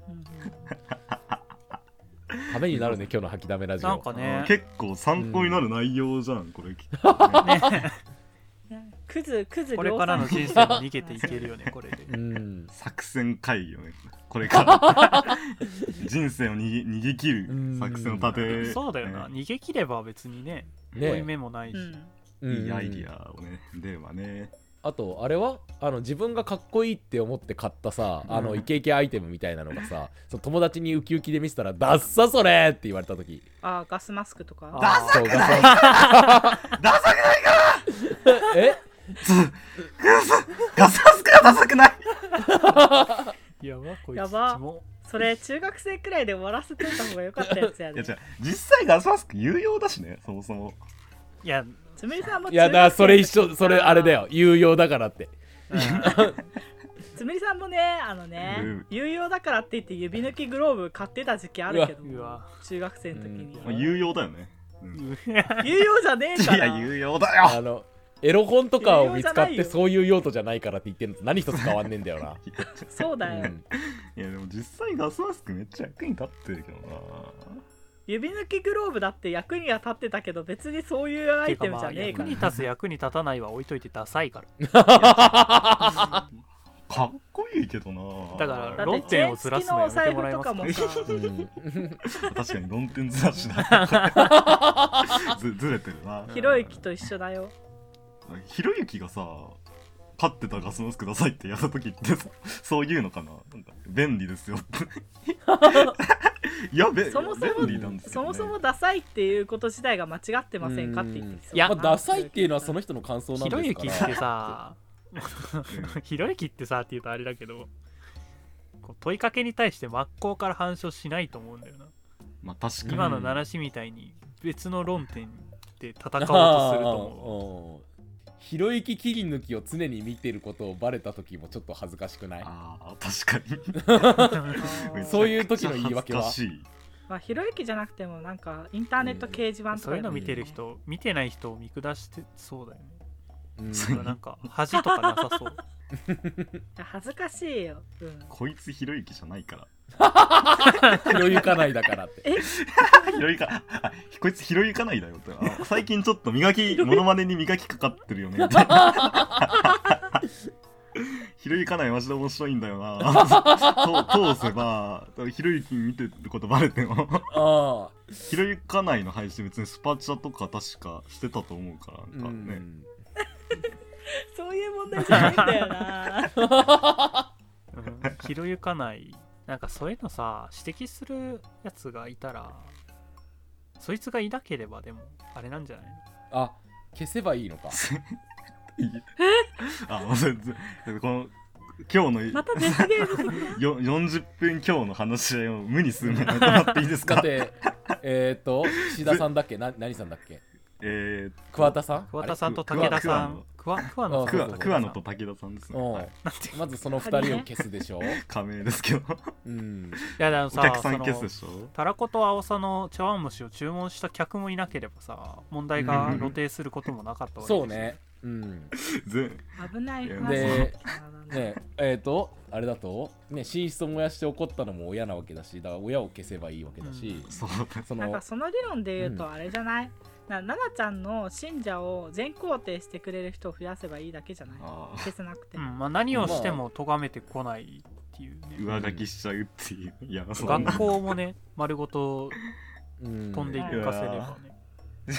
ためになるね今日の吐きだめラジオ
なんかね
結構参考になる内容じゃん、こ
*laughs*
れ、ね
ね
うんクズクズ
これからの人生も逃げていけるよねこれで
うん
作戦会議よねこれから
*laughs*
人生を逃げ逃げ切る作戦を立て
そうだよな
ね
逃げ切れば別にね負い
ね
目もないし、
うん
いいアイディ
ア
アをねではね
あとあれはあの自分がかっこいいって思って買ったさあの
うん
イケイケアイテムみたいなのがさその友達にウキウキで見せたら「ダッサそれ!」って言われた時
ああガスマスクとか
あー
そうガサ
ダサくないか
*laughs* え
ガサスクがダサくない
やばこいつ
やば
ちも
それ中学生くらいで終わらせてた方が良かったやつや
いや
で
違う実際ガサスク有用だしねそもそも
いや
つむりさんも
いやだからそれ一
中学生
緒それあれだよ有用だからって
つむりさんもねあのね、
うん
有用だからって言って指抜きグローブ買ってた時期あるけど
うわ
中学生の時に、
まあ有用だよね、うん、
有用じゃねえ
い
から
や有用だ
あ
よ
のエロ本とかを見つかっ
有用じゃない
て
よ
そういう用途じゃないからって言ってるのと何一つ変わんねえんだよな
そうだよ、
うん
いやでも実際ガスマスクめっちゃ役に立ってるけどな
指抜きグローブだって役には立ってたけど別にそういうア
て
イ
か
テム
ま
じゃ
あ
ねえ
役
から、
に立つ役に立たないは置いといてダサいから
かっこいいけどな
だから
だっ
論
てチェ
点
ー
を
ン
ず
付
ら
き
すの
のお
やめて
財
も
布
らえ
とか
ますか
もさ
うん
確かに論点ずらしだ
*laughs*
ずずれてるな
ひろゆきと一緒だよ
ひろゆきがさ飼ってたガスマスクくださいってやった時って *laughs* そそういうのかななんか便利ですよって
*laughs*
いやべ
そもそも
便利なんですけど
そ
ね
もそもダサいっていうこと自体が間違ってませんかって言ってきそう
いや、まあ、ダサいっていうのはその人の感想なんです
ひ
か
ろ
ら
ゆきってさ
う
*laughs* ひろゆきってさって言うとあれだけどこう問いかけに対して真っ向から反射しないと思うんだよな
まあ確かに
今の話みたいに別の論点で戦おうとすると思う
思うひろゆき切り抜きを常に見てることをバレた時もちょっと恥ずかしくない
あー確かに
あー
そういう時の言い訳は
めちゃくちゃ恥ずかしい
まあひろゆきじゃなくてもなんかインターネット掲示板とか
*laughs* そういうの見てる
ね
人見てない人を見下してそうだよね
うん
そ
だからなんか恥とかなさそう
いや恥ずかしいよ、うん、
こいつひろゆきじゃないから
ひろゆかないだからって
ひろゆかあこいつひろゆかないだよってあ最近ちょっと磨きモノマネに磨きかかってるよねみたいなひろゆかないマジで面白いんだよなと通せばひろゆき見てることバレても
ああ
ひろゆかないの配信別にスパチャとか確かしてたと思うからなんかね、
そういう問題じゃないんだよな
うんひろゆかないなんかそういうのさ指摘するやつがいたらそいつがいなければでもあれなんじゃない
あ消せばいいのか
あもう全然この今日の
*laughs* また別ゲーム
よ40分今日の話し合いを無にするのやめてもらっていいです
*laughs* だっ
か
てえっと岸田さんだっけな何さんだっけ
えー
桑田さん
桑田さんと
あれ
武田さん
あ
桑桑野さ
桑
んと武田さん
桑野と武田さんですね、
うん
はい、
まずその2人を消すでしょ
*laughs* 仮名ですけど
うん
いやでも
お
さ
客さん
その
消すでしょ
たらことあおさの茶碗蒸しを注文した客もいなければさ問題が露呈することもなかったわけ
そうねうん
全
危ない話
で
ね
ねえっ、とあれだとね寝室を燃やして怒ったのも親なわけだしだから親を消せばいいわけだし、
そう
そ
なん
の
かその理論で言う
う
とあれじゃない、な奈々ちゃんの信者を全肯定してくれる人を増やせばいいだけじゃない
あ
消せなくて、
うんまあ、何をしても咎めてこないっていう
ー
ね、
上書きしちゃうっていういやそう
学校もね丸ごと
うん
飛んでいかせればね、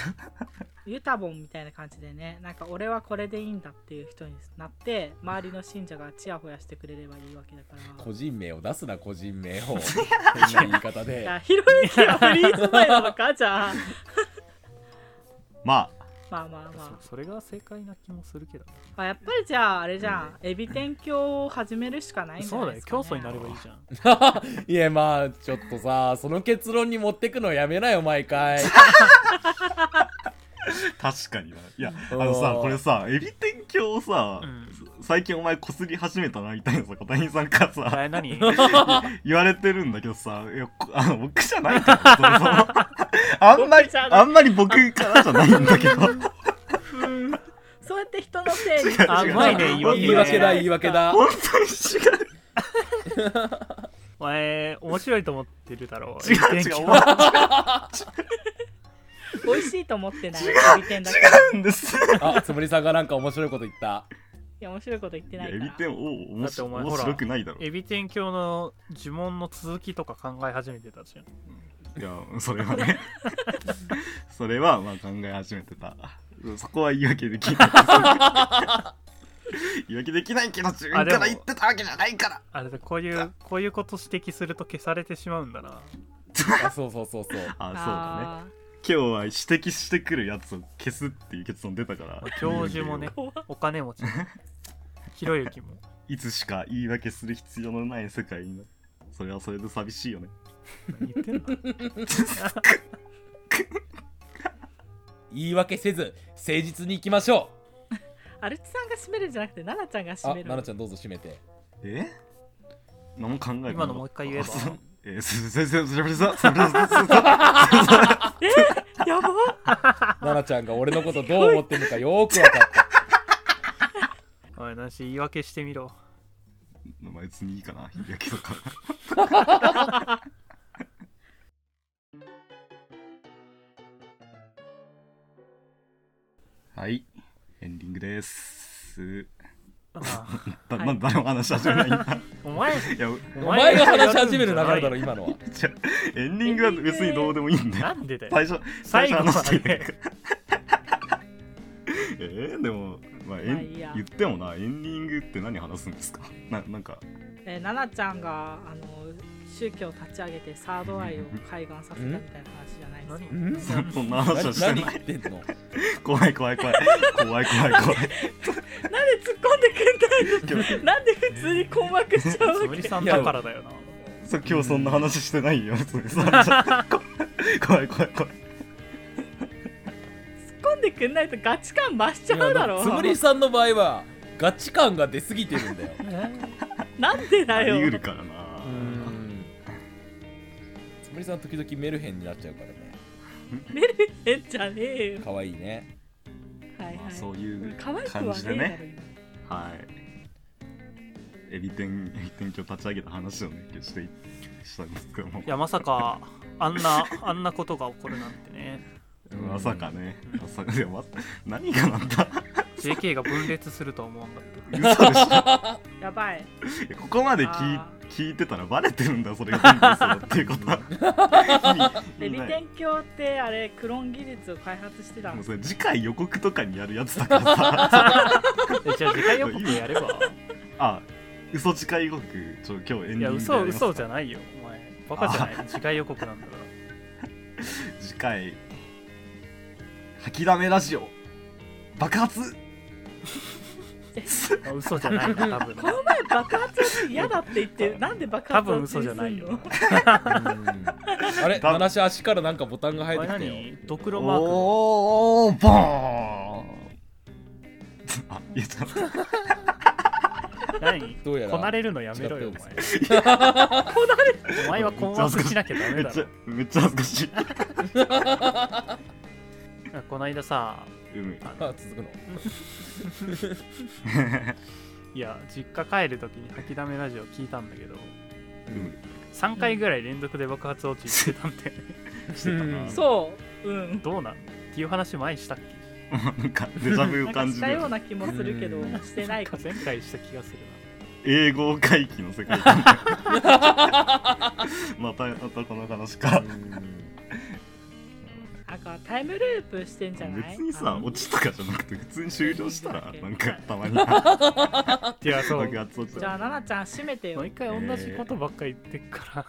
ユタボンみたいな感じでねなんか俺はこれでいいんだっていう人になって周りの信者がチヤホヤしてくれればいいわけだから
個人名を出すな個人
*laughs*
名をこんな言い方
い
で
やひろゆきはフリー素材なのかじゃあ
まあ
まあまあまあ
そそれが正解な気もするけどね、
あやっぱりじゃああれじゃん、エビ天教を始めるしかないんじゃ
そう
な
だ
いで
よ
すか、ね、
競争になればいいじゃん
いやまあちょっとさその結論に持ってくのやめなよ毎回
確かにないやあ
うん
のさこれさエビ天橋をさ、
うん
最近お前こすり始めたなみたいなさ小谷さんからさ *laughs*
え何
言われてるんだけどさいやこあの僕じゃない *laughs* からそもそもあんまり
僕じゃない
あんまり僕からじゃないんだけど
うんそうやって人のせ
*laughs*
いに
あうまいね言
*laughs* 言い訳だ言い訳だ
本当に違う
お前面白いと思ってるだろ
違う違
天
う
気
終わ
美味しいと思ってないエビ天だけ
るんです
あつむりさんがなんか面白いこと言った
いや面白いこと言って
*laughs* い
な
や
い
エ
か
ビ
ら
天を面
だって
白
お前
面白くないだろ
エビ天教の呪文の続きとか考え始めてたじゃん
いやそれはね *laughs* それはまあ考え始めてたそこは言い訳できない言い *laughs* 訳できないけど自分から言ってたわけじゃないから
あれだこういうこういうこと指摘すると消されてしまうんだな
あそうそうそうそう
あそう
あ
だね今日は指摘してくるやつを消すっていう結論出たから
教授もね
ー怖っ
お金持ちもひろゆきも
いつしか言い訳する必要のない世界にそれはそれで寂しいよね
何言ってんの
言い訳せず誠実に行きましょ
アルチさんが締めるんじゃなくて奈々ちゃんが
うあ
締め
奈
る
々ちゃんどうぞ締めて
え何も考えてなかった
今のもう一回言えば
えすすすすすすす
んやばっ
奈々ちゃんが俺のことどう思ってるのかよーく分かった
おい何し言い訳してみろ
まあ別にいいかな言い訳とか *laughs* はいエンディングです
ああ
だ、
はい
なんで誰も話し始めないん
*laughs*
だ
お前
いや
お
*laughs* お前が話し始める流れだろ今のは
じゃエンディングは別にどうでもいいんだ
な
よ
んでだよ
最初最
最
初
後ま
話していいから
で
えー、でも、まあ、えん
まあいいや
言ってもなエンディングって何話すんですかななんか
*laughs* えー奈々ちゃんがあの宗教を立ち上げてサードアイを開眼させたみたいな話じゃないですか
何
ん
そそんな話は
何
して
何
ない
言ってんの
怖い怖い怖い怖い怖い怖い
なんで突っ込んでく *laughs* んないのなんで普通に困惑しちゃう
つ
わ
むり
け
さんだからだよな
そう今日そんな話してないよ、別 *laughs* にそんな怖い怖い怖い
突っ込んでくんないとガチ感増しちゃうだろ
いやつむりさんの場合はガチ感が出すぎてるんだよ
なんで
あ
だ
り
よ
得るからな
つむりさん時々メルヘンになっちゃうからね
えんじゃねえよ
可愛いね
はい
ま
は
あ、そう
い
いう
可愛く
感
は
じでね
ね
はいエビ天エビ天今日立ち上げた話をね今日していしたんですけども
いやまさかあんなあんなことが起こるなんてね
まさかねまさか *laughs* でも何がなんだ
JK が分裂するとは思わんかっ
嘘でしょ
えだろ今やばい
いやここまで聞い
あ
聞いてたらバレてるんだそれが何ですよっていうことは意味
エビ
意味ない
天教ってあれクローン技術を開発してた
も
の
うそれ次回予告とかにやるやつだからさ
たえじゃあ次回予告やれば
あ嘘次回予告ちょ今日エンディン
い
グ
や嘘嘘じゃ
ん
ないよお前バカじゃない次回予告なんだから
次回吐きだめラジオ爆発
あ嘘じゃないな多分
この前爆発をして嫌だって言
*laughs*
ってなんで爆発
多分
を
嘘じゃないよ
すんの
あれ
だ
話足からなんかボタンが生え
お
て
前
きたよ
何ドクロマークの
おーボーンあ言えちゃった
何
どうやら
こなれるのやめろ
違
よ
っ
お
たよ
前 *laughs* お前は困惑しなきゃ
め
ダメ
っ
*laughs* だ
ちゃ
ろ
めっちゃ恥ずかしい、
この間さ
うん、
あ続くの
いや実家帰るときに吐きだめラジオ聞いたんだけど
うん
3回ぐらい連続で爆発落ちしてたん *laughs* で
してたな
そううん
どうなんっていう話前にしたっけ
なんかデジャブを
なんか
感
し
じ
た
る
ような気もするけど
うん
してないか
前回した気がする
英語回帰の世界 *laughs* 観またまたこの話か
なんかタイムループしてんじゃない
別にさ
あの
落ちとかじゃなくて普通に終了したら
うん
なんかたまに爆
なってやそう
発落ち
じゃあ奈々ちゃん締めてよ
毎回同じことばっかり言ってっか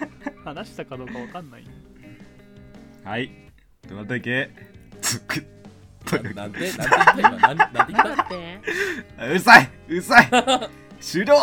ら *laughs* 話したかどうかわかんないよ
はいというわけでつくという
な
わ
ん *laughs* てなんて言った今なんなんて言っ
だ
た
って
けでうるさいうるさい終了